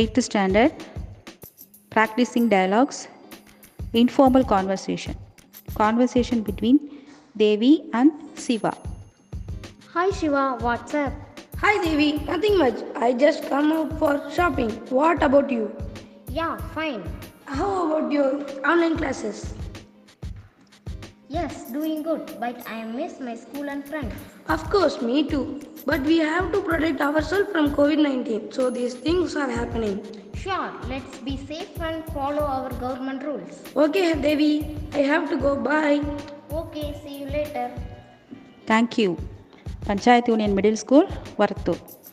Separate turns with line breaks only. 8th standard practicing dialogues informal conversation conversation between devi and siva
Hi Shiva, what's up?
Hi Devi, nothing much. I just come out for shopping. What about you?
Yeah, fine.
How about your online classes?
Yes, doing good, but I miss my school and friends.
Of course, me too. But we have to protect ourselves from COVID 19, so these things are happening.
Sure, let's be safe and follow our government rules.
Okay, Devi, I have to go. Bye.
Okay, see you later.
thank you panchayat union middle school varattur